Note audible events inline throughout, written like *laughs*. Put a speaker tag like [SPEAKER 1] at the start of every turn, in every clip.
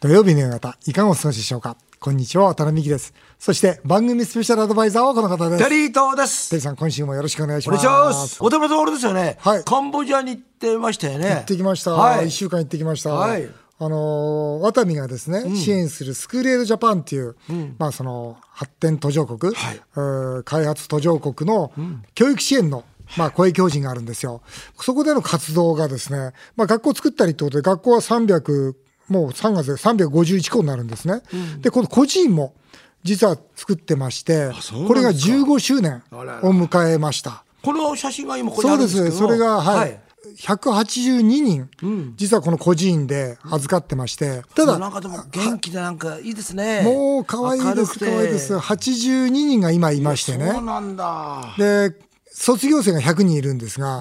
[SPEAKER 1] 土曜日の夕方、いかがお過ごしでしょうかこんにちは、渡辺美希です。そして、番組スペシャルアドバイザーはこの方です。
[SPEAKER 2] テリー東です。
[SPEAKER 1] テリーさん、今週もよろしくお願いし
[SPEAKER 2] お
[SPEAKER 1] ま
[SPEAKER 2] 願い
[SPEAKER 1] す。
[SPEAKER 2] します。お手元の俺ですよね。
[SPEAKER 1] はい
[SPEAKER 2] カンボジアに行ってましたよね。
[SPEAKER 1] 行ってきました。
[SPEAKER 2] はい。
[SPEAKER 1] 1週間行ってきました。
[SPEAKER 2] はい
[SPEAKER 1] あのーワタミがですね、支援するスクールエイドジャパンっていう、まあその発展途上国、
[SPEAKER 2] はいう
[SPEAKER 1] ー開発途上国の教育支援の、まあ、公益法人があるんですよ。そこでの活動がですね、まあ、学校作ったりってことで、学校は300、もう3月で351校になるんですね。で、この個人も実は作ってまして
[SPEAKER 2] そうなんです、か
[SPEAKER 1] これが15周年
[SPEAKER 2] あらら
[SPEAKER 1] を迎えました。
[SPEAKER 2] この写真が今ここに
[SPEAKER 1] そ
[SPEAKER 2] あ
[SPEAKER 1] う
[SPEAKER 2] るん
[SPEAKER 1] で
[SPEAKER 2] ですけど
[SPEAKER 1] す、それが、はい。182人、実はこの孤児院で預かってまして、ただ、
[SPEAKER 2] なんかでも元気でなんかいいですね。
[SPEAKER 1] もう可愛いです、可愛いです。82人が今いまして
[SPEAKER 2] ね。そう
[SPEAKER 1] ね。
[SPEAKER 2] なんだ。
[SPEAKER 1] で、卒業生が100人いるんですが、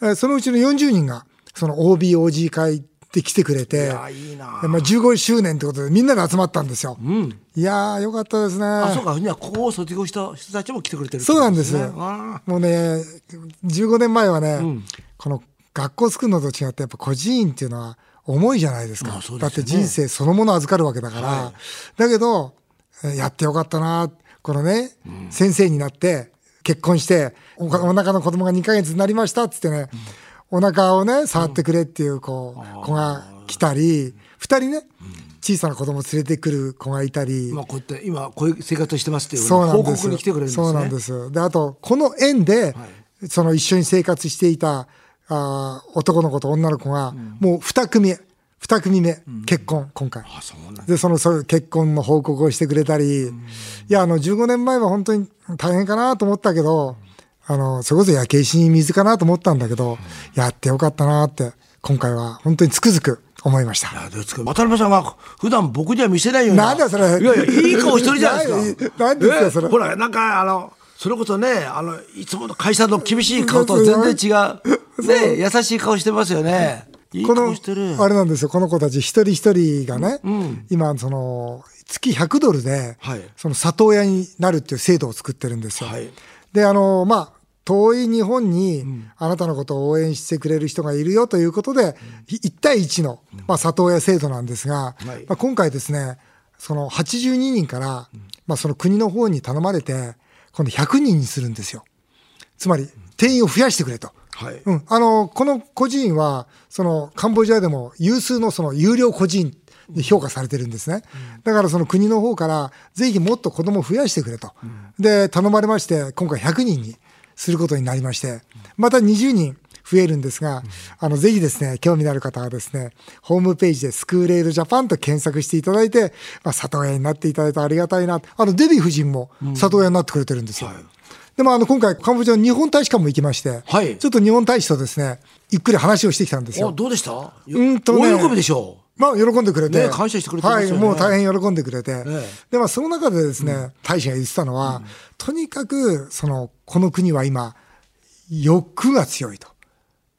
[SPEAKER 1] えーそのうちの40人が、その OB、OG 会で来てくれて、
[SPEAKER 2] やいいな
[SPEAKER 1] でまあ、15周年ってことでみんなで集まったんですよ。いやー、よかったですね。
[SPEAKER 2] あ、そうか。じゃあここを卒業した人たちも来てくれてるって
[SPEAKER 1] そ
[SPEAKER 2] こ
[SPEAKER 1] う
[SPEAKER 2] と
[SPEAKER 1] なん
[SPEAKER 2] ね、
[SPEAKER 1] ですよ。
[SPEAKER 2] あ
[SPEAKER 1] もうね、15年前はね、この学校作るのと違って、やっぱ個人員っていうのは重いじゃないですか。
[SPEAKER 2] まあそうですよね
[SPEAKER 1] だって人生そのもの預かるわけだから。だけど、えやってよかったな、このね、先生になって、結婚してお、お腹の子供が2ヶ月になりましたっつってね、お腹をね、触ってくれっていう子,、子が来たり、二人ね、小さな子供連れてくる子がいたり、
[SPEAKER 2] ーまあこうやって今こういう生活をしてますっていう
[SPEAKER 1] そうなん
[SPEAKER 2] 報
[SPEAKER 1] です
[SPEAKER 2] 告に来てくれるんですね。
[SPEAKER 1] そうなんです。で、あと、この縁で、その一緒に生活していた、あー男の子と女の子が、もう二組、二組目、結婚、今回。
[SPEAKER 2] あ、そうなんだ。
[SPEAKER 1] で、その、そういう結婚の報告をしてくれたり、いや、あの、15年前は本当に大変かなと思ったけど、あの、それこそ焼け石に水かなと思ったんだけど、やってよかったなって、今回は本当につくづく思いました。
[SPEAKER 2] あどうですか渡辺さんは普段僕には見せないよう
[SPEAKER 1] な
[SPEAKER 2] な
[SPEAKER 1] んだよそれ
[SPEAKER 2] いやいやいい顔してるじゃないです
[SPEAKER 1] *laughs* なな
[SPEAKER 2] か
[SPEAKER 1] んですか
[SPEAKER 2] え
[SPEAKER 1] それ
[SPEAKER 2] ほらなんかあのそれこそねあのいつもの会社の厳しい顔とは全然違うね優しい顔してますよねいい
[SPEAKER 1] この
[SPEAKER 2] 顔してる
[SPEAKER 1] あれなんですよこの子たち一人一人がね、今その月100ドルで、
[SPEAKER 2] はい
[SPEAKER 1] その里親になるっていう制度を作ってるんですよ。
[SPEAKER 2] はい
[SPEAKER 1] であのまあ遠い日本にあなたのことを応援してくれる人がいるよということで、1対1の、まあ、里親制度なんですが、
[SPEAKER 2] はい
[SPEAKER 1] まあ、今回ですねその82人から、まあ、その国の方に頼まれて今度100人にするんですよ。つまり定員を増やしてくれと。
[SPEAKER 2] はい
[SPEAKER 1] うん、あのこの孤児院はそのカンボジアでも有数のその有料孤児院で評価されてるんですね、だからその国の方からぜひもっと子供を増やしてくれと、で頼まれまして今回100人にすることになりましてまた20人増えるんですが、あのぜひですね興味のある方はですねホームページで「スクールエイドジャパン」と検索していただいて、まあ、里親になっていただいてありがたいなあのデヴィ夫人も里親になってくれてるんですよ。でもあの今回カンボジアの日本大使館も行きまして、
[SPEAKER 2] はい
[SPEAKER 1] ちょっと日本大使とですねゆっくり話をしてきたんです
[SPEAKER 2] お
[SPEAKER 1] よ。
[SPEAKER 2] どうでしたよ
[SPEAKER 1] うんとね
[SPEAKER 2] 大喜びでしょ
[SPEAKER 1] まあ喜んでくれて、
[SPEAKER 2] ね感謝してくれてますよね
[SPEAKER 1] はい、もう大変喜んでくれて、
[SPEAKER 2] え
[SPEAKER 1] でまあその中でですね、大使が言ってたのは、とにかくそのこの国は今欲が強いと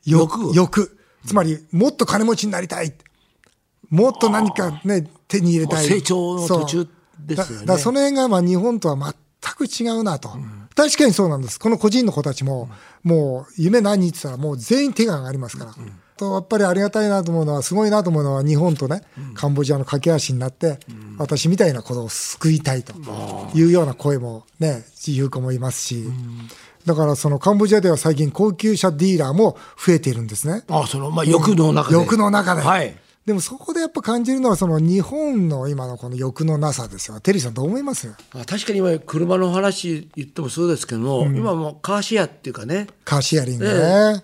[SPEAKER 2] 欲
[SPEAKER 1] 欲つまりもっと金持ちになりたいもっと何かね手に入れたい
[SPEAKER 2] もう成長の途中ですよね
[SPEAKER 1] そうだだからその辺がまあ日本とは全く違うなと、確かにそうなんですこの個人の子たちも、もう夢何って言ったらもう全員手が上がりますから、とやっぱりありがたいなと思うのはすごいなと思うのは日本とね、カンボジアの架け橋になって、私みたいな子を救いたいというような声もね言う子もいますし、だからそのカンボジアでは最近高級車ディーラーも増えているんですね。
[SPEAKER 2] うあそのまあ欲の中で
[SPEAKER 1] 欲の中で、
[SPEAKER 2] はい
[SPEAKER 1] でもそこでやっぱ感じるのはその日本の今のこの欲のなさですよテリーさんどう思います
[SPEAKER 2] あ確かに今車の話言ってもそうですけども、今もうカーシェアっていうかね
[SPEAKER 1] カーシェアリングね、
[SPEAKER 2] え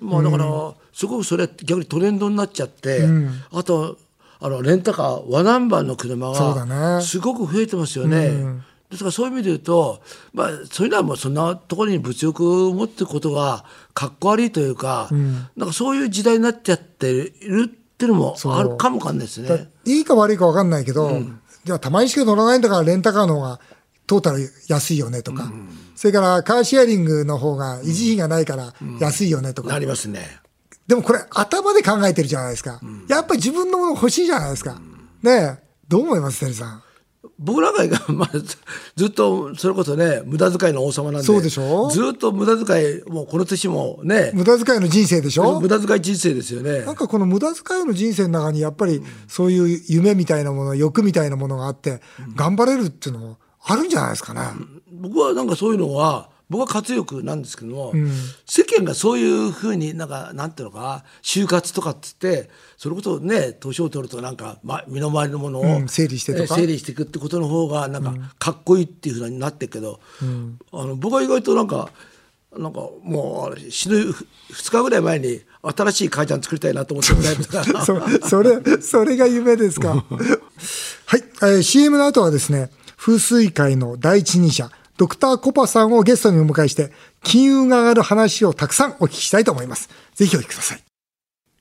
[SPEAKER 2] えもうだから、すごくそれ逆にトレンドになっちゃって、あとあのレンタカー和ナンバーの車
[SPEAKER 1] そうだ
[SPEAKER 2] が
[SPEAKER 1] ね
[SPEAKER 2] すごく増えてますよね。ですからそういう意味で言うと、まあ、そういうのはもうそんなところに物欲を持っていくことがかっこ悪いというか、なんかそういう時代になっちゃっているっていうのもあるかもわかんないです
[SPEAKER 1] だ
[SPEAKER 2] ね。
[SPEAKER 1] いいか悪いか分かんないけど、じゃあたまにしか乗らないんだからレンタカーの方がトータル安いよねとか、それからカーシェアリングの方が維持費がないから安いよねとか、
[SPEAKER 2] なりますね。
[SPEAKER 1] でもこれ頭で考えてるじゃないですか、やっぱり自分のもの欲しいじゃないですか、ねえどう思いますテリーさん
[SPEAKER 2] 僕らが、 *laughs* まあ、ずずっとそれこそね無駄遣いの王様なんで
[SPEAKER 1] そうでしょ
[SPEAKER 2] ずっと無駄遣いもうこの年もね
[SPEAKER 1] 無駄遣いの人生でしょ
[SPEAKER 2] 無駄遣い人生ですよね
[SPEAKER 1] なんかこの無駄遣いの人生の中にやっぱりそういう夢みたいなもの欲みたいなものがあって頑張れるっていうのもあるんじゃないですかね。
[SPEAKER 2] 僕はなんかそういうのは僕は活力なんですけども、世間がそういうふうになんかなんていうのかな就活とかっつってそれこそね年を取るとなんか、ま、身の回りのものを、
[SPEAKER 1] うん整理してとか
[SPEAKER 2] え整理していくってことの方がなんかかっこいいっていうふうになってるけど、あの僕は意外となんかなんかもうあれ死ぬふ2日ぐらい前に新しい会社作りたいなと思ってるタイプ
[SPEAKER 1] *laughs*
[SPEAKER 2] だから。
[SPEAKER 1] そそれ、それが夢です *laughs* か。はい、えー CM の後はですね、風水界の第一人者、ドクターコパさんをゲストにお迎えして、金運が上がる話をたくさんお聞きしたいと思います。ぜひお聞きください。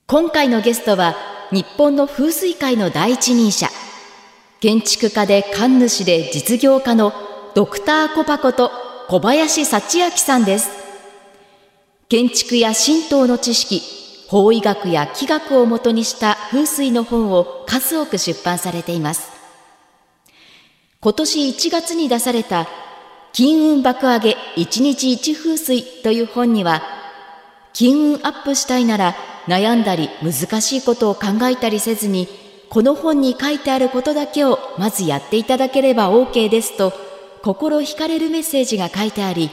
[SPEAKER 3] 今回のゲストは日本の風水界の第一人者建築家で神主で実業家のドクターコパこと小林幸明さんです建築や神道の知識法医学や気学をもとにした風水の本を数多く出版されています今年1月に出された金運爆上げ1日1風水という本には金運アップしたいなら悩んだり難しいことを考えたりせずにこの本に書いてあることだけをまずやっていただければ OK ですと心惹かれるメッセージが書いてあり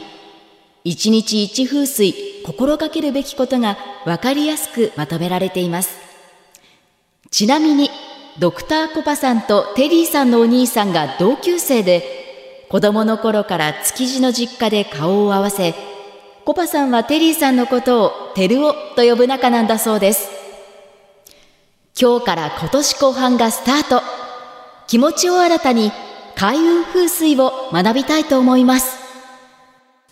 [SPEAKER 3] 一日一風水心がけるべきことが分かりやすくまとめられていますちなみにドクターコパさんとテリーさんのお兄さんが同級生で子供の頃から築地の実家で顔を合わせコパさんはテリーさんのことをテルオと呼ぶ仲なんだそうです今日から今年後半がスタート気持ちを新たに開運風水を学びたいと思います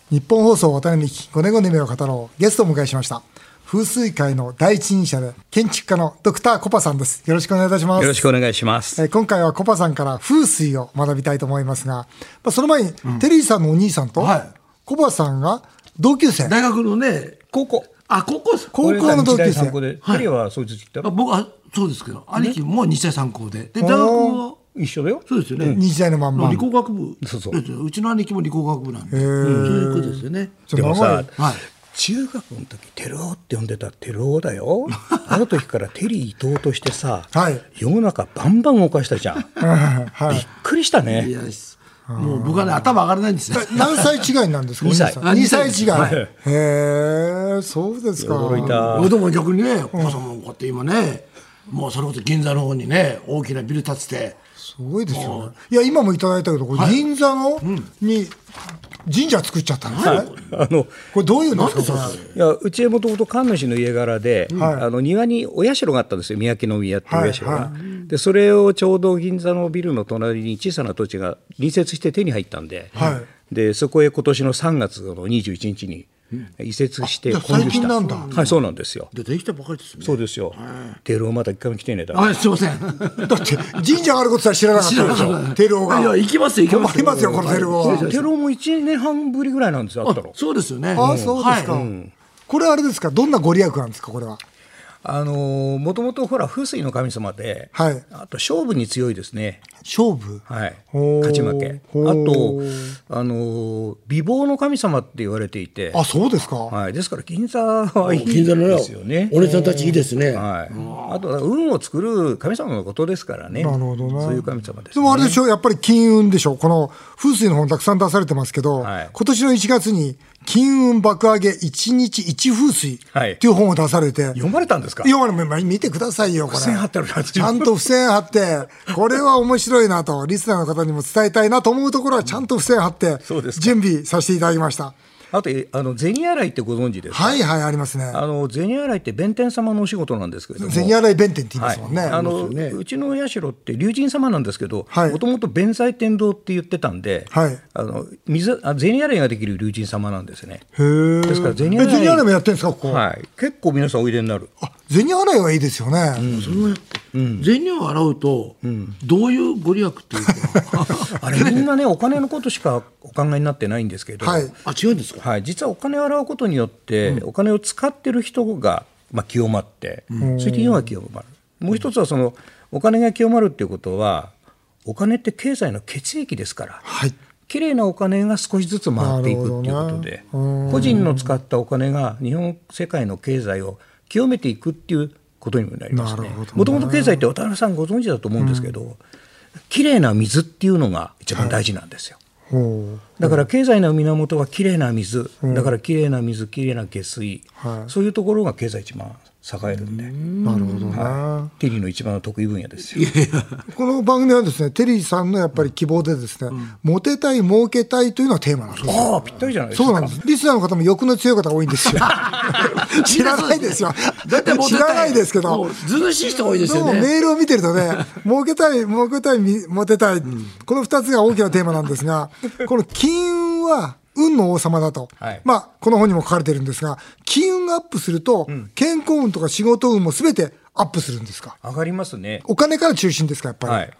[SPEAKER 1] 日本放送渡辺美希5年後の夢を語ろうゲストをお迎えしました。風水界の第一人者で建築家のドクターコパさんです。よろしくお願いいたします。
[SPEAKER 4] よろしくお願いします。
[SPEAKER 1] えー今回はコパさんから風水を学びたいと思いますが、まあ、その前に、テリーさんのお兄さんと、
[SPEAKER 2] はい
[SPEAKER 1] コパさんが同級生。
[SPEAKER 2] 大学のね
[SPEAKER 4] 高校。
[SPEAKER 2] あ高校
[SPEAKER 1] 高校の同級
[SPEAKER 4] 日大三高
[SPEAKER 1] 生。
[SPEAKER 4] で。ハリーはそうです
[SPEAKER 2] あ僕はそうですけど兄貴も日大三高でで大学は
[SPEAKER 4] 一緒だよ。
[SPEAKER 2] そうですよね、
[SPEAKER 1] 日大のまん
[SPEAKER 2] もう
[SPEAKER 1] ま
[SPEAKER 2] 理。工学部
[SPEAKER 4] そうそう
[SPEAKER 2] ですようちの兄貴も理工学部なんでそういうことですよね
[SPEAKER 1] ちょ
[SPEAKER 4] でもさ、
[SPEAKER 2] はい
[SPEAKER 4] 中学の時、テルオって呼んでたテルオだ *laughs* よ。あの時からテリー伊藤としてさ、 *laughs*
[SPEAKER 1] はい
[SPEAKER 4] 世の中バンバン動かしたじゃん。びっ
[SPEAKER 1] はい。
[SPEAKER 4] くりした
[SPEAKER 2] い
[SPEAKER 4] ね。
[SPEAKER 2] やですもう僕はね頭上がらないんですよ
[SPEAKER 1] 何歳違いなんですか
[SPEAKER 4] 二歳
[SPEAKER 1] 2歳違い。
[SPEAKER 2] あ
[SPEAKER 1] へえ、そうですか。
[SPEAKER 4] 驚いた。
[SPEAKER 2] 俺でも逆にねお母さんもこうやって今ねもうそれこそ銀座の方にね大きなビル建てて
[SPEAKER 1] すごいですよね。いや、今もいただいたけど、これ銀座の、に神社作っちゃったんですね。
[SPEAKER 4] あの
[SPEAKER 1] これどういうの
[SPEAKER 2] なん
[SPEAKER 1] で
[SPEAKER 2] ですそ
[SPEAKER 1] か
[SPEAKER 2] う
[SPEAKER 1] これ
[SPEAKER 4] いやうちへもともと神主の家柄で、あの庭にお社があったんですよ宮城の宮っていう社が、
[SPEAKER 1] はいは
[SPEAKER 4] でそれをちょうど銀座のビルの隣に小さな土地が隣接して手に入ったんで,、
[SPEAKER 1] は
[SPEAKER 4] でそこへ今年の3月の21日に移設して
[SPEAKER 1] あじゃあ
[SPEAKER 4] 建立し
[SPEAKER 1] 最近
[SPEAKER 4] た、
[SPEAKER 1] なんだ
[SPEAKER 4] はい、そうなんですよ
[SPEAKER 2] でできたばかりですよね
[SPEAKER 4] そうですよテルをまだ一回も来てねえだろ
[SPEAKER 2] あすいませ
[SPEAKER 1] *laughs*
[SPEAKER 2] ん
[SPEAKER 1] だって神社があることさえ知らなかったでしょ。テルオが。
[SPEAKER 2] いや行きますよ行きます
[SPEAKER 1] 困りますよこのテルオは
[SPEAKER 2] はい失礼し
[SPEAKER 4] テ
[SPEAKER 2] まし
[SPEAKER 4] ルも1年半ぶりぐらいなんですよあった
[SPEAKER 2] た
[SPEAKER 4] の
[SPEAKER 2] そうですよね
[SPEAKER 1] ああ、そうですか。
[SPEAKER 2] はい
[SPEAKER 1] これはあれですか、どんなご利益なんですか、これは。
[SPEAKER 4] あのもともとほら風水の神様で、
[SPEAKER 1] はい
[SPEAKER 4] あと勝負に強いですね
[SPEAKER 1] 勝負。
[SPEAKER 4] はい、
[SPEAKER 1] ほう
[SPEAKER 4] 勝ち負け、あ
[SPEAKER 1] ほう
[SPEAKER 4] と、あのー美貌の神様って言われていて、
[SPEAKER 1] あ、そうですか。
[SPEAKER 4] はい、ですから銀座はいい
[SPEAKER 2] 銀座の
[SPEAKER 4] で
[SPEAKER 2] よ
[SPEAKER 4] すよね。
[SPEAKER 2] お姉さんたちいいですね
[SPEAKER 4] はい、あとは運を作る神様のことですからね、
[SPEAKER 1] なるほどね
[SPEAKER 4] そういう神様です、ね。
[SPEAKER 1] でもあれでしょ、やっぱり金運でしょ、この風水の本たくさん出されてますけど、
[SPEAKER 4] はい
[SPEAKER 1] 今年の1月に金運爆上げ1日1風水
[SPEAKER 4] はい
[SPEAKER 1] っていう本を出されて、
[SPEAKER 4] 読まれたんですか
[SPEAKER 1] 要はねまあ見てくださいよ、これ。
[SPEAKER 4] 付箋貼ってあるから
[SPEAKER 1] ちゃんと付箋貼って、これは面白いなと、リスナーの方にも伝えたいなと思うところは、ちゃんと付箋貼って
[SPEAKER 4] そうで、すか
[SPEAKER 1] 準備させていただきました。
[SPEAKER 4] あとあの銭洗いってご存知ですか、
[SPEAKER 1] はいはい、ありますね。
[SPEAKER 4] あの銭洗いって弁天様のお仕事なんですけれども
[SPEAKER 1] 銭洗い弁天って言いま
[SPEAKER 4] は
[SPEAKER 1] す
[SPEAKER 4] い
[SPEAKER 1] もんね。
[SPEAKER 4] あ
[SPEAKER 2] そ
[SPEAKER 4] の
[SPEAKER 2] うですよね
[SPEAKER 4] うちの社って龍神様なんですけど
[SPEAKER 1] はい
[SPEAKER 4] もともと弁財天堂って言ってたんで、
[SPEAKER 1] はい
[SPEAKER 4] あの水あ銭洗いができる龍神様なんですね。
[SPEAKER 1] へえ。
[SPEAKER 4] ですから銭
[SPEAKER 1] え
[SPEAKER 4] 洗い
[SPEAKER 1] もやってんですか、ここ。
[SPEAKER 4] はい、結構皆さんおいでになる
[SPEAKER 1] あ、銭洗いはいいですよね。
[SPEAKER 2] それもやって銭を洗うとどういうご利益っていうか
[SPEAKER 4] あれみんなねお金のことしかお考えになってないんですけど、
[SPEAKER 1] は
[SPEAKER 4] はいい
[SPEAKER 2] あ違うんです *laughs* か
[SPEAKER 4] 実はお金を洗うことによって、お金を使ってる人が、まあ、清まって、そして世が清まるもう一つはそのお金が清まるっていうことはお金って経済の血液ですから、
[SPEAKER 1] はい。
[SPEAKER 4] 綺麗なお金が少しずつ回っていくっていうこと
[SPEAKER 1] なる
[SPEAKER 4] で、
[SPEAKER 1] ほどな
[SPEAKER 4] 個人の使ったお金が日本世界の経済を清めていくっていうことにもなります
[SPEAKER 1] なる
[SPEAKER 4] ね
[SPEAKER 1] ほどな。
[SPEAKER 4] もともと経済って渡辺さんご存知だと思うんですけど、綺麗な水っていうのが一番大事なんですよ。
[SPEAKER 1] ほう。
[SPEAKER 4] だから経済の源はきれいな水、だからきれいな水、きれいな下水、
[SPEAKER 1] はい
[SPEAKER 4] そういうところが経済一番栄えるんで、
[SPEAKER 1] なるほどな。
[SPEAKER 4] テリーの一番の得意分野ですよ。
[SPEAKER 1] この番組はですね、テリーさんのやっぱり希望でですね、モテたい、儲けたいというのがテーマなんですよ。
[SPEAKER 4] ああ、ぴったりじゃないですか。
[SPEAKER 1] そうなんです。リスナーの方も欲の強い方が多いんですよ。知らないですよ。
[SPEAKER 2] だっても
[SPEAKER 1] *laughs*
[SPEAKER 2] う
[SPEAKER 1] 知らないですけど。
[SPEAKER 2] ずずしい人が多いです
[SPEAKER 1] で
[SPEAKER 2] よ
[SPEAKER 1] も
[SPEAKER 2] ね
[SPEAKER 1] メールを見てるとね、儲けたい、儲けたい、みモテたい、この2つが大きなテーマなんですが、この金運は運の王様だと、
[SPEAKER 4] はい
[SPEAKER 1] まあ、この本にも書かれてるんですが、金運がアップすると、健康運とか仕事運も全てアップするんですか。
[SPEAKER 4] 上がりますね。
[SPEAKER 1] お金から中心ですか、やっぱり。
[SPEAKER 4] はい。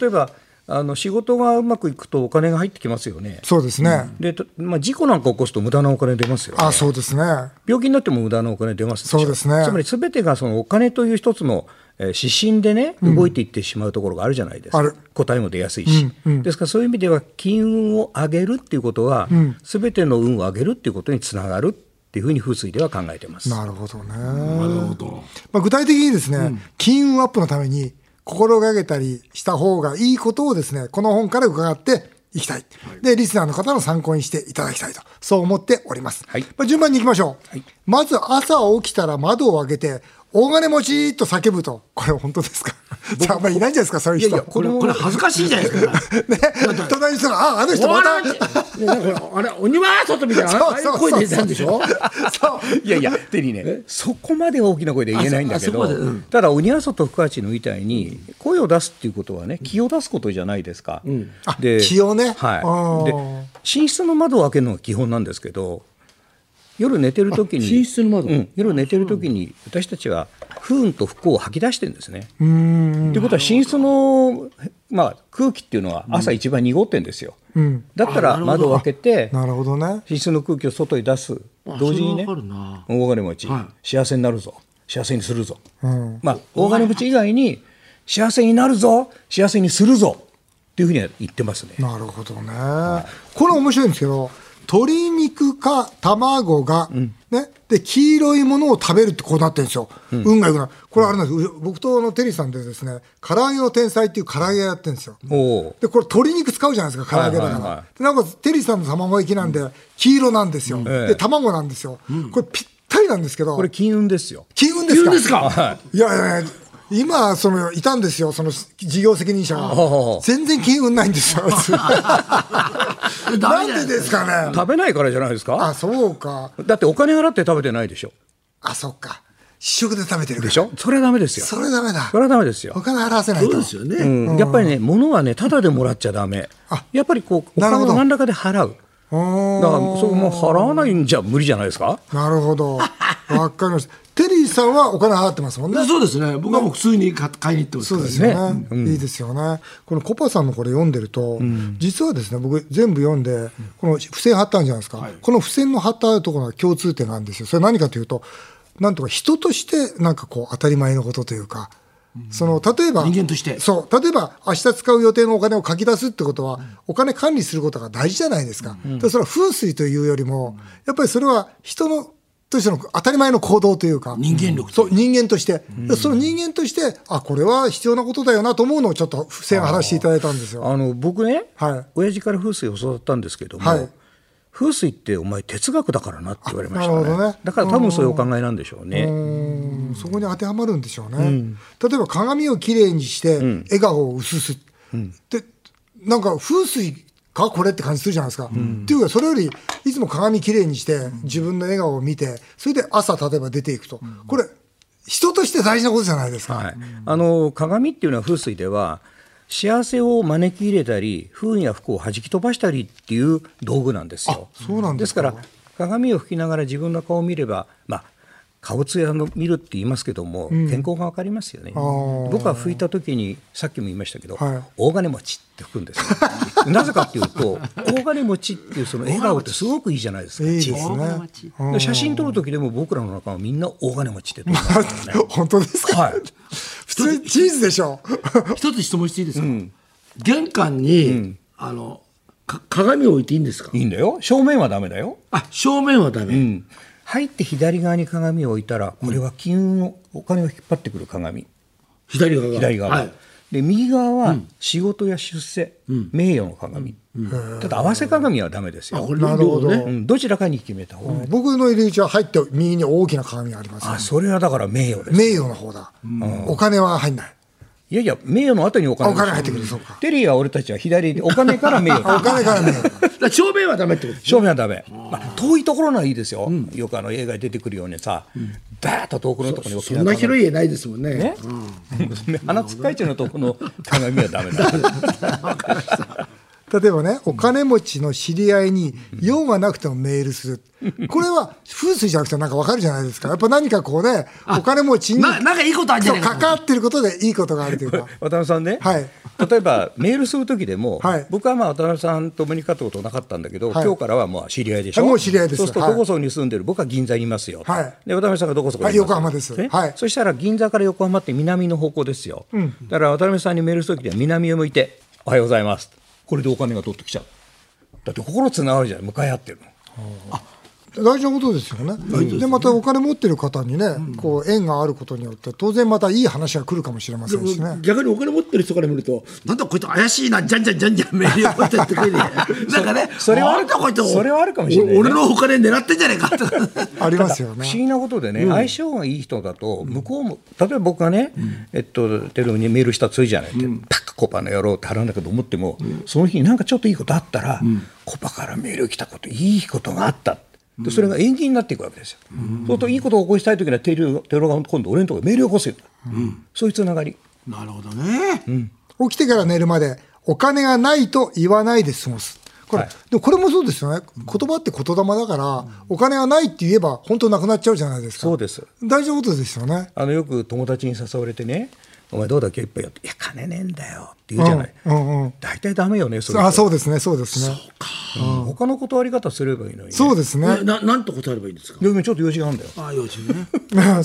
[SPEAKER 4] 例えば、あの仕事がうまくいくとお金が入ってきますよね。
[SPEAKER 1] そうですね。
[SPEAKER 4] で、とまあ、事故なんか起こすと無駄なお金出ますよね。
[SPEAKER 1] あ、そうですね。
[SPEAKER 4] 病気になっても無駄なお金出ますしょ
[SPEAKER 1] そうですね
[SPEAKER 4] つまりすべてがそのお金という一つのえー指針でね、動いていってしまうところがあるじゃないですか。
[SPEAKER 1] ある
[SPEAKER 4] 答えも出やすいし、ですからそういう意味では、金運を上げるっていうことは、すべての運を上げるっていうことにつながるっていうふうに風水では考えてます。
[SPEAKER 1] なるほどね。
[SPEAKER 2] なるほど
[SPEAKER 1] まあ、具体的にですね、金運アップのために心がけたりした方がいいことをですね、この本から伺っていきたい。で、リスナーの方の参考にしていただきたいと、そう思っております。
[SPEAKER 4] はい
[SPEAKER 1] まあ、順番に行きましょう。まず朝起きたら窓を開けて、大金持ちと叫ぶと。これ本当ですかじゃあ、あんまりいないんじゃないですか、そういう
[SPEAKER 4] い
[SPEAKER 1] 人。
[SPEAKER 4] やいや、
[SPEAKER 2] こ
[SPEAKER 4] こ
[SPEAKER 2] れ
[SPEAKER 4] れも
[SPEAKER 2] これ恥ずかしいじゃない *laughs* ですか
[SPEAKER 1] ね、隣の人が、あ、あの人また。 *laughs*
[SPEAKER 2] ねなんかあれ鬼は外みたいなああいう声で出たんでしょ
[SPEAKER 4] いやいや、手にね、そこまで大きな声で言えないんだけど、
[SPEAKER 2] あそあそこまでうん
[SPEAKER 4] ただ、鬼朝と深八のみたいに、声を出すっていうことはね、気を出すことじゃないですか。
[SPEAKER 1] あ気をね
[SPEAKER 4] はい。
[SPEAKER 1] あー
[SPEAKER 4] で、寝室の窓を開けるのが基本なんですけど、夜寝てる時に、
[SPEAKER 2] あ寝室の窓
[SPEAKER 4] うん夜寝てる時に、私たちは不運と不幸を吐き出してるんですね。ということは、寝室の、まあ、空気っていうのは朝一番濁ってるんですよ。
[SPEAKER 1] うん。
[SPEAKER 4] だったら窓を開けて、
[SPEAKER 1] *laughs* なるほどね。
[SPEAKER 4] 寝室の空気を外に出す
[SPEAKER 2] あ
[SPEAKER 4] 同時にね
[SPEAKER 2] それはわかるな
[SPEAKER 4] 大金持ち、
[SPEAKER 2] は
[SPEAKER 4] 幸せになるぞ幸せにするぞ、
[SPEAKER 1] ん
[SPEAKER 4] まあ大金持ち以外に幸せになるぞ幸せにするぞっていうふうには言ってますね
[SPEAKER 1] なるほどね。これ面白いんですけど、鶏肉か卵が、ね、で、黄色いものを食べるってこうなってるんですよ。運が良くなる。これあれなんです、う僕とあのテリーさんでですね、唐揚げの天才っていう唐揚げやってるんですよ。
[SPEAKER 4] おお
[SPEAKER 1] で、これ鶏肉使うじゃないですか、唐揚げだから。
[SPEAKER 4] はいはいは
[SPEAKER 1] でなんか、テリーさんの卵焼きなんで、黄色なんですよ。
[SPEAKER 4] ええ
[SPEAKER 1] で、卵なんですよ。これぴったりなんですけど、
[SPEAKER 4] これ金運ですよ
[SPEAKER 1] 金運ですか
[SPEAKER 2] 金運ですか
[SPEAKER 1] いやいやいや。今、その、いたんですよ、その、事業責任者が
[SPEAKER 4] ほうほうほ。う
[SPEAKER 1] 全然金運ないんです
[SPEAKER 4] *laughs*
[SPEAKER 1] よ。なんでですかね。
[SPEAKER 4] 食べないからじゃないです
[SPEAKER 1] あ、
[SPEAKER 4] か
[SPEAKER 1] そうか。
[SPEAKER 4] だってお金払って食べてないでしょ
[SPEAKER 1] あ、そっか。試食で食べてる
[SPEAKER 4] でしょそれはダメですよ
[SPEAKER 1] それダメだ
[SPEAKER 4] そ。れはダメですよ
[SPEAKER 1] お金払わせない
[SPEAKER 2] そう
[SPEAKER 1] と。
[SPEAKER 2] ですよね、
[SPEAKER 4] うん、やっぱりね、物はね、ただでもらっちゃだめ
[SPEAKER 1] あ、
[SPEAKER 4] やっぱりこう、お
[SPEAKER 1] なる
[SPEAKER 4] 金
[SPEAKER 1] ほど
[SPEAKER 4] を何らかで払う、
[SPEAKER 1] うーん
[SPEAKER 4] だから、そこも払わないんじゃ無理じゃないですか、
[SPEAKER 1] なるほど。わかりました。テリーさんはお金払ってますもんね
[SPEAKER 2] で。そうですね僕はもう普通に買買いに行ってます
[SPEAKER 1] そ
[SPEAKER 2] か
[SPEAKER 1] う
[SPEAKER 2] ら
[SPEAKER 1] で
[SPEAKER 2] ね
[SPEAKER 1] すよね、いいですよね。このコパさんのこれ読んでると、実はですね、僕全部読んで、この付箋貼ったんじゃないですか。この付箋の貼ったあるところが共通点があるんですよ。それ何かというと、なんとか人としてなんかこう当たり前のことというか、その例えば
[SPEAKER 2] 人間として
[SPEAKER 1] そう例えば明日使う予定のお金を書き出すってことは、お金管理することが大事じゃないですか、だからそれは風水というよりも、やっぱりそれは人のとしての当たり前の行動というか
[SPEAKER 2] 人間力
[SPEAKER 1] そう
[SPEAKER 2] と
[SPEAKER 1] 人間として、その人間としてあこれは必要なことだよなと思うのをちょっと付箋を貼らせていただいたんですよ
[SPEAKER 4] あの僕ね、
[SPEAKER 1] はい
[SPEAKER 4] 親父から風水を教わったんですけども、
[SPEAKER 1] はい
[SPEAKER 4] 風水ってお前哲学だからなって言われまし
[SPEAKER 1] あなるほ
[SPEAKER 4] た
[SPEAKER 1] ど
[SPEAKER 4] ね
[SPEAKER 1] ね
[SPEAKER 4] だから多分そういうお考えなんでしょうね、
[SPEAKER 1] うんそこに当てはまるんでしょうね、例えば鏡をきれいにして笑顔を薄すって、なんか風水かこれって感じするじゃないですか、っていうかそれよりいつも鏡きれいにして自分の笑顔を見てそれで朝例えば出ていくと、これ人として大事なことじゃないですか、
[SPEAKER 4] はい、あの鏡っていうのは風水では幸せを招き入れたり不運や不幸を弾き飛ばしたりっていう道具なんですよ。
[SPEAKER 1] そうなんですか
[SPEAKER 4] から鏡を拭きながら自分の顔を見ればまあ顔つやの見るって言いますけども、健康がわかりますよね
[SPEAKER 1] ー
[SPEAKER 4] 僕は拭いた時にさっきも言いましたけど、
[SPEAKER 1] はい
[SPEAKER 4] 大金持ちって拭くんですよ *laughs* なぜかっていうと大金持ちっていうその笑顔ってすごくいいじゃないですか
[SPEAKER 1] いいですね
[SPEAKER 4] で写真撮る時でも僕らの仲間はみんな大金持ちって撮るんですよね
[SPEAKER 1] *laughs* *laughs* 本当ですか、
[SPEAKER 4] はい
[SPEAKER 1] 普通にチーズでしょ
[SPEAKER 2] 一つ質問していいですか、玄関に、あのか鏡を置いていいんですか
[SPEAKER 4] いいんだよ正面はダメだよ、
[SPEAKER 2] あ正面はダメ、
[SPEAKER 4] うん、入って左側に鏡を置いたらこれは金運をお金を引っ張ってくる鏡
[SPEAKER 2] 左側が
[SPEAKER 4] 左側、
[SPEAKER 2] はい、
[SPEAKER 4] で右側は仕事や出世、名誉の鏡、ただ合わせ鏡はダメです
[SPEAKER 2] あ
[SPEAKER 4] よ、
[SPEAKER 2] これ
[SPEAKER 1] なるほど
[SPEAKER 2] 両
[SPEAKER 4] う
[SPEAKER 2] 方ね
[SPEAKER 4] ん、どちらかに決めた方がいい、
[SPEAKER 1] 僕の入り口は入って右に大きな鏡がありますよ
[SPEAKER 4] あそれはだから名誉です
[SPEAKER 1] 名誉の方だ、お金は入んない
[SPEAKER 4] いやいや名誉の後にお金
[SPEAKER 1] お金入ってくるそうか
[SPEAKER 4] テリーは俺たちは左でお金から名
[SPEAKER 1] お
[SPEAKER 4] 誉
[SPEAKER 1] 金から名誉 *laughs*
[SPEAKER 2] だから正面はダメってことです
[SPEAKER 4] 正面はダメ、まあ、遠いところのはいいですよ、よくあの映画に出てくるようにさ、ダーッと遠くのところに大き
[SPEAKER 2] そんな
[SPEAKER 4] な鏡
[SPEAKER 2] 広い家ないですもんね
[SPEAKER 4] ね、鼻つっかえちゃうのとこの鏡はダメ *laughs* だ
[SPEAKER 1] 例えばねお金持ちの知り合いに用がなくてもメールするこれは風水じゃなくてなんかわかるじゃないですかやっぱ何かこうねお金持ちに
[SPEAKER 2] ななんかいいことあるんじゃ
[SPEAKER 1] そ
[SPEAKER 2] な
[SPEAKER 1] う
[SPEAKER 2] いか
[SPEAKER 1] 関わってることでいいことがあるという *laughs* か
[SPEAKER 4] 渡辺さんね、
[SPEAKER 1] はい
[SPEAKER 4] 例えばメールする時でも、
[SPEAKER 1] はい
[SPEAKER 4] 僕はまあ渡辺さんともにかったことなかったんだけど、
[SPEAKER 1] はい
[SPEAKER 4] 今日からはまあ知り合いでしょ
[SPEAKER 1] もう知り合いです
[SPEAKER 4] そうすると
[SPEAKER 1] はい
[SPEAKER 4] どこそこに住んでる、僕は銀座にいますよ、
[SPEAKER 1] はい
[SPEAKER 4] で渡辺さんがどこそこにいま
[SPEAKER 1] はい
[SPEAKER 4] す
[SPEAKER 1] 横浜です
[SPEAKER 4] ね
[SPEAKER 1] はい
[SPEAKER 4] そしたら銀座から横浜って南の方向ですよ、だから渡辺さんにメールする時には南を向いて「おはようございます」これでお金が取ってきちゃうだって心つながるじゃん向かい合ってるの
[SPEAKER 1] 大事なことですよねでまたお金持ってる方にねこう縁があることによって当然またいい話が来るかもしれませんしね
[SPEAKER 2] 逆にお金持ってる人から見ると、なんだこいつ怪しいな、じゃんじゃんじゃんじゃん、メールをこうやって *laughs* くるね。なんかね、
[SPEAKER 4] それはある
[SPEAKER 2] んたこいつ
[SPEAKER 4] それはあるかもしれないね
[SPEAKER 2] お俺のお金狙ってんじゃねえかと。
[SPEAKER 1] ありますよ
[SPEAKER 4] 不
[SPEAKER 1] ね
[SPEAKER 4] 思議なことでね、相性がいい人だと、向こうも、例えば僕がね、えっと、テレビにメールしたついじゃないって、パッコパの野郎って払うんだけど思っても、その日になんかちょっといいことあったら、コパからメール来たこと、いいことがあった。でそれが縁起になっていくわけですよ。そうすると、いいことを起こしたいときには、テレビテロが今度俺のところにメールを起こすよ。そういうつながり。
[SPEAKER 2] *laughs* なるほどね。
[SPEAKER 1] 起きてから寝るまでお金がないと言わないで過ごす。これ、
[SPEAKER 4] はい
[SPEAKER 1] でもこれもそうですよね。言葉って言霊だから、お金がないって言えば本当なくなっちゃうじゃないですか。
[SPEAKER 4] そうです。
[SPEAKER 1] 大事なことですよね。
[SPEAKER 4] あのよく友達に誘われてね、お前どうだっけいっぱいやって、いや、金ねえんだよって言うじゃない。
[SPEAKER 1] うんうんうん
[SPEAKER 4] 大体ダメよね、それ
[SPEAKER 1] あ、そうですね、そうですね。
[SPEAKER 4] うん他の断り方すればいいのにね、
[SPEAKER 1] そうですね。
[SPEAKER 2] ななんと答えればいいんですか
[SPEAKER 4] でもちょっと用事があるんだよ。
[SPEAKER 2] ああ、用心 ね。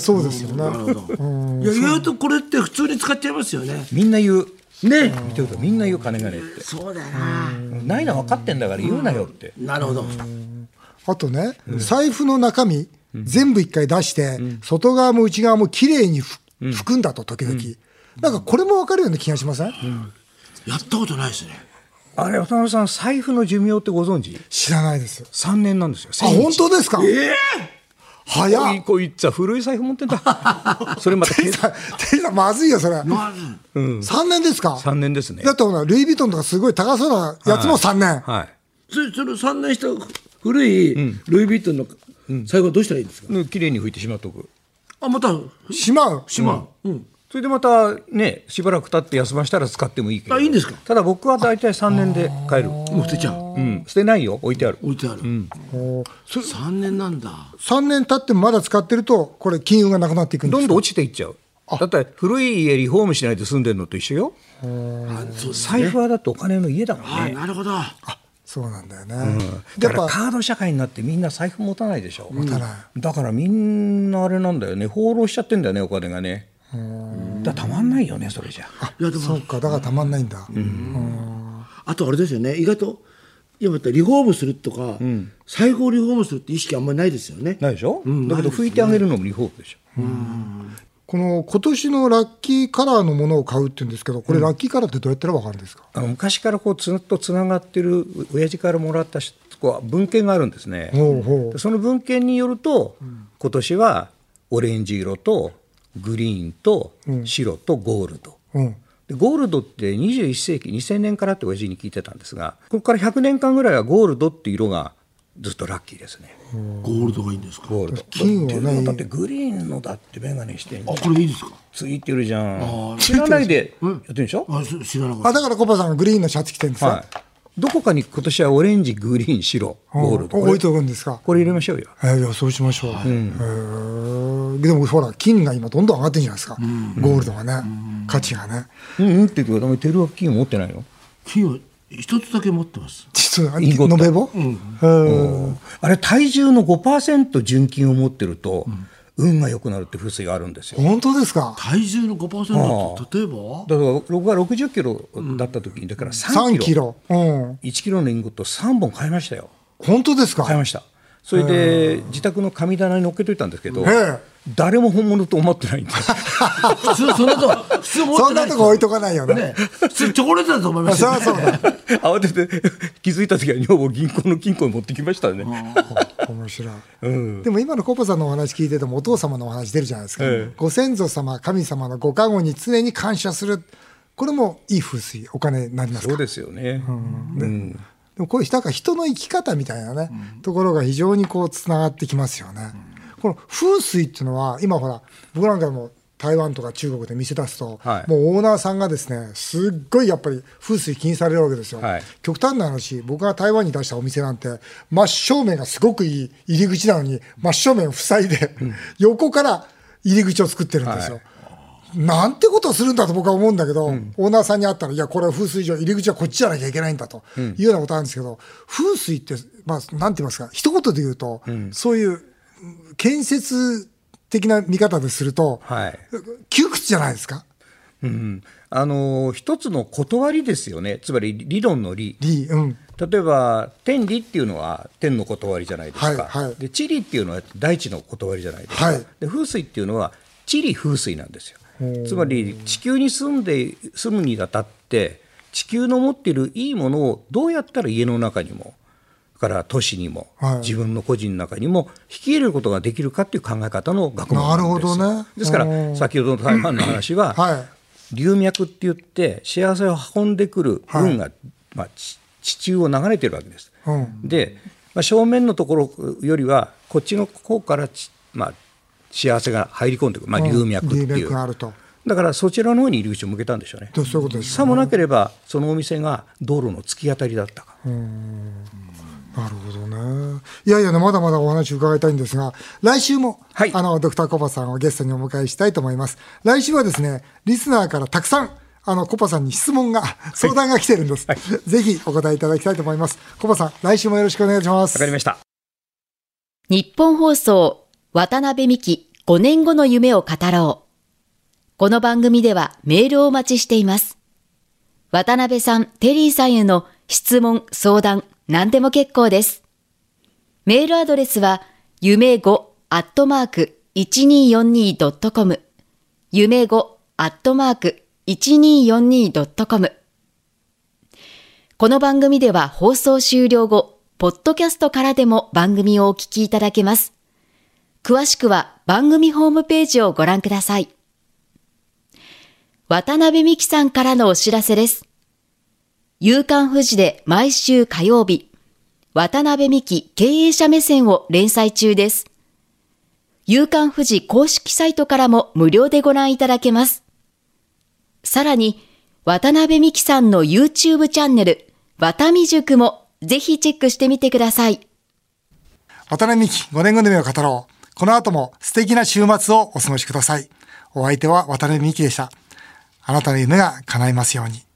[SPEAKER 1] *laughs* そうですよ
[SPEAKER 2] *laughs* なる
[SPEAKER 1] ね。
[SPEAKER 2] ほど。いや、意外とこれって普通に使っちゃいますよね。
[SPEAKER 4] みんな言う。
[SPEAKER 2] ね。
[SPEAKER 4] 見てるとみんな言う金がねえって。
[SPEAKER 2] そうだよな。
[SPEAKER 4] ないのは分かってんだから言うなよって。
[SPEAKER 2] なるほど。
[SPEAKER 1] あとね、財布の中身、全部一回出して、外側も内側も綺麗にふ含んだと、時々。なんかこれもわかるような気がしません、
[SPEAKER 2] やったことない *laughs* ですね。
[SPEAKER 4] あれ、渡辺さん、財布の寿命ってご存知
[SPEAKER 1] 知らないです。
[SPEAKER 4] ?3 年なんですよ。
[SPEAKER 1] あ、本当ですかええ早
[SPEAKER 4] こ
[SPEAKER 1] っ
[SPEAKER 4] い。こいつは古い財布持ってん *laughs* だ。それまた、
[SPEAKER 1] テリーさん、テリーさんまずいよ、それ。
[SPEAKER 2] まず、
[SPEAKER 1] 3年ですか
[SPEAKER 4] 3年ですね
[SPEAKER 1] だ。ってほら、ルイ・ヴィトンとかすごい高そうなやつも3年。
[SPEAKER 4] はい。
[SPEAKER 2] それその3年した古いルイ・ヴィトンの最後はどうしたらいいんですか
[SPEAKER 4] うん綺麗に拭いてしまっとく。
[SPEAKER 2] あ、また、
[SPEAKER 1] しまう。
[SPEAKER 2] しまう。うん。
[SPEAKER 4] それでまたね、しばらく経って休ましたら使ってもいいけど。
[SPEAKER 2] あいいんですか
[SPEAKER 4] ただ僕は大体3年で帰る。
[SPEAKER 2] もう捨てちゃう。
[SPEAKER 4] うん。捨てないよ、置いてある。
[SPEAKER 2] 置いてある。三年なんだ。
[SPEAKER 1] 3年経ってもまだ使ってると、これ、金運がなくなっていくんで
[SPEAKER 4] ど
[SPEAKER 1] す
[SPEAKER 4] ん
[SPEAKER 1] か
[SPEAKER 4] どん落ちていっちゃう。だって古い家リフォームしないで住んでるのと一緒よ。
[SPEAKER 2] あ、そうです
[SPEAKER 4] 財
[SPEAKER 2] ね。
[SPEAKER 4] 布はだってお金の家だもんね。
[SPEAKER 2] あ、なるほど。
[SPEAKER 1] そうなんだよね。
[SPEAKER 4] だ
[SPEAKER 1] や
[SPEAKER 4] か
[SPEAKER 1] っぱ、
[SPEAKER 4] らカード社会になってみんな財布持たないでしょ持
[SPEAKER 1] たない
[SPEAKER 4] だからみんなあれなんだよね放浪しちゃってんだよねお金がねだからたまんないよねそれじゃ
[SPEAKER 2] いやで
[SPEAKER 1] そ
[SPEAKER 2] も
[SPEAKER 1] うか、だからたまんないんだ。
[SPEAKER 2] あとあれですよね。意外と今言ったリフォームするとか、財布をリフォームするって意識あんまりないですよね。
[SPEAKER 4] ないでしょ、だけど拭いてあげるのもリフォームでしょ、
[SPEAKER 1] この、今年のラッキーカラーのものを買うって言うんですけど、これ、ラッキーカラーってどうやったらわかるんですか
[SPEAKER 4] あの昔からこうずっとつながってるう親父からもらったしこう文献があるんですね
[SPEAKER 1] ほうほう
[SPEAKER 4] でその文献によると、今年はオレンジ色とグリーンと白とゴールド、
[SPEAKER 1] うん。
[SPEAKER 4] でゴールドって21世紀2000年からって親父に聞いてたんですがここから100年間ぐらいはゴールドっていう色がずっとラッキーですね
[SPEAKER 2] ゴールドがいいんですか。
[SPEAKER 4] ゴールド
[SPEAKER 1] 金はね
[SPEAKER 4] だってグリーンのだって眼鏡してんじゃん
[SPEAKER 2] あ、これいいですか。
[SPEAKER 4] ついてるじゃん知らないでやってるでしょ、
[SPEAKER 2] あ、す知らなか
[SPEAKER 1] あ、
[SPEAKER 2] った。
[SPEAKER 1] だからコパさんがグリーンのシャツ着てるんです
[SPEAKER 4] は
[SPEAKER 1] か
[SPEAKER 4] い、どこかに今年はオレンジグリーン白ゴールドこ
[SPEAKER 1] 置い
[SPEAKER 4] れ
[SPEAKER 1] ておくんですか
[SPEAKER 4] これ入れましょうよ
[SPEAKER 1] えー、いやそうしましょう、へーでもほら金が今どんどん上がってんじゃないですか、ゴールドがね、価値がね
[SPEAKER 4] うんうんって言ってくださいテルは金持ってないの
[SPEAKER 2] 金を一つだけ持ってます。
[SPEAKER 1] 実は
[SPEAKER 4] インゴット
[SPEAKER 1] 延べ棒、へー
[SPEAKER 4] あれ体重の5%純金を持ってると、運が良くなるって風水があるんですよ。
[SPEAKER 1] 本当ですか
[SPEAKER 2] 体重の5%って例えば
[SPEAKER 4] だから僕が60キロだった時に、だから3
[SPEAKER 1] ?3
[SPEAKER 4] キ
[SPEAKER 1] キ
[SPEAKER 4] ロ
[SPEAKER 1] ロ。うん。
[SPEAKER 4] 1キロのインゴット3本買いましたよ
[SPEAKER 1] 本当ですか
[SPEAKER 4] 買いましたそれで自宅の神棚に乗っけといたんですけ
[SPEAKER 1] え
[SPEAKER 4] ど
[SPEAKER 1] え
[SPEAKER 4] 誰も本物と思って *laughs* ないんで
[SPEAKER 2] 普通そんなとこ普通持っ
[SPEAKER 1] そ
[SPEAKER 2] て
[SPEAKER 1] ん
[SPEAKER 2] な
[SPEAKER 1] な
[SPEAKER 2] い
[SPEAKER 1] と
[SPEAKER 2] ですよ
[SPEAKER 1] こ置いとかないよね。
[SPEAKER 2] ね *laughs* 普通チョコレートだと思いま
[SPEAKER 1] まあ、
[SPEAKER 2] す
[SPEAKER 1] そ
[SPEAKER 2] よ
[SPEAKER 1] り
[SPEAKER 2] ね
[SPEAKER 1] ゃそうだ。
[SPEAKER 4] 慌てて気づいた時は女房銀行の金庫に持ってきましたね
[SPEAKER 1] 面白い、でも今のコポさんのお話聞いててもお父様のお話出るじゃないですか、
[SPEAKER 4] ええ
[SPEAKER 1] ご先祖様神様のご加護に常に感謝するこれもいい風水お金になります
[SPEAKER 4] そ
[SPEAKER 1] か
[SPEAKER 4] うですよねうん
[SPEAKER 1] でもこういうなんか人の生き方みたいなね、ところが非常にこうつながってきますよね、この風水っていうのは今ほら僕なんかも台湾とか中国で見せ出すと、
[SPEAKER 4] はい
[SPEAKER 1] もうオーナーさんがですねすっごいやっぱり風水気にされるわけですよ、
[SPEAKER 4] はい
[SPEAKER 1] 極端な話僕が台湾に出したお店なんて真正面がすごくいい入り口なのに真正面を塞いで、横から入り口を作ってるんですよ、
[SPEAKER 4] はい
[SPEAKER 1] なんてことをするんだと僕は思うんだけど、オーナーさんに会ったら、いや、これは風水上、入り口はこっちじゃなきゃいけないんだというようなことあるんですけど、風水って、まあ、なんて言いますか、一言で言うと、そういううん建設的な見方ですると、
[SPEAKER 4] はい
[SPEAKER 1] 窮屈じゃないですか、
[SPEAKER 4] うんあの一つの断りですよねつまり理論の理
[SPEAKER 1] リー、うん、
[SPEAKER 4] 例えば天理っていうのは天の断りじゃないですか、
[SPEAKER 1] はいはい
[SPEAKER 4] で地理っていうのは大地の断りじゃないですか、
[SPEAKER 1] はい
[SPEAKER 4] で風水っていうのは地理風水なんですよつまり地球に住んで住むにあたって地球の持っているいいものをどうやったら家の中にもそれから都市にも、
[SPEAKER 1] はい
[SPEAKER 4] 自分の個人の中にも引き入れることができるかっていう考え方の学問なんです
[SPEAKER 1] な
[SPEAKER 4] よ
[SPEAKER 1] るほどね
[SPEAKER 4] ですか
[SPEAKER 1] う
[SPEAKER 4] ら
[SPEAKER 1] ん
[SPEAKER 4] 先ほどの台湾の話は、
[SPEAKER 1] はい
[SPEAKER 4] 流脈って言って幸せを運んでくる運が、まあ、地地中を流れてるわけです。
[SPEAKER 1] うん
[SPEAKER 4] で、まあ、正面のところよりはこっちの方からち、まあ、幸せが入り込んでくる、まあ、流脈って
[SPEAKER 1] 流
[SPEAKER 4] い
[SPEAKER 1] 脈
[SPEAKER 4] う、
[SPEAKER 1] があると、
[SPEAKER 4] だからそちらの方に入り口を向けたんでしょうね。
[SPEAKER 1] とそういうことです
[SPEAKER 4] さ
[SPEAKER 1] よね
[SPEAKER 4] もなければそのお店が道路の突き当たりだったか。
[SPEAKER 1] なるほどね。いやいやね、まだまだお話伺いたいんですが、来週も、
[SPEAKER 4] はい
[SPEAKER 1] あの、ドクターコパさんをゲストにお迎えしたいと思います。来週はですね、リスナーからたくさん、あの、コパさんに質問が、相談が来てるんです。ぜひお答えいただきたいと思います。コパさん、来週もよろしくお願いします。
[SPEAKER 4] わかりました。
[SPEAKER 3] 日本放送渡辺美希5年後の夢を語ろう。この番組ではメールをお待ちしています。渡辺さん、テリーさんへの質問、相談、何でも結構です。メールアドレスは夢5アットマーク 1242.com 夢5アットマーク 1242.com この番組では放送終了後、ポッドキャストからでも番組をお聞きいただけます。詳しくは番組ホームページをご覧ください。渡辺美希さんからのお知らせです。夕刊富士で毎週火曜日、渡辺美希経営者目線を連載中です。夕刊富士公式サイトからも無料でご覧いただけます。さらに、渡辺美希さんの YouTube チャンネル、渡美塾もぜひチェックしてみてください。
[SPEAKER 1] 渡辺美希5年後の夢を語ろう。この後も素敵な週末をお過ごしください。お相手は渡辺美希でした。あなたの夢が叶いますように。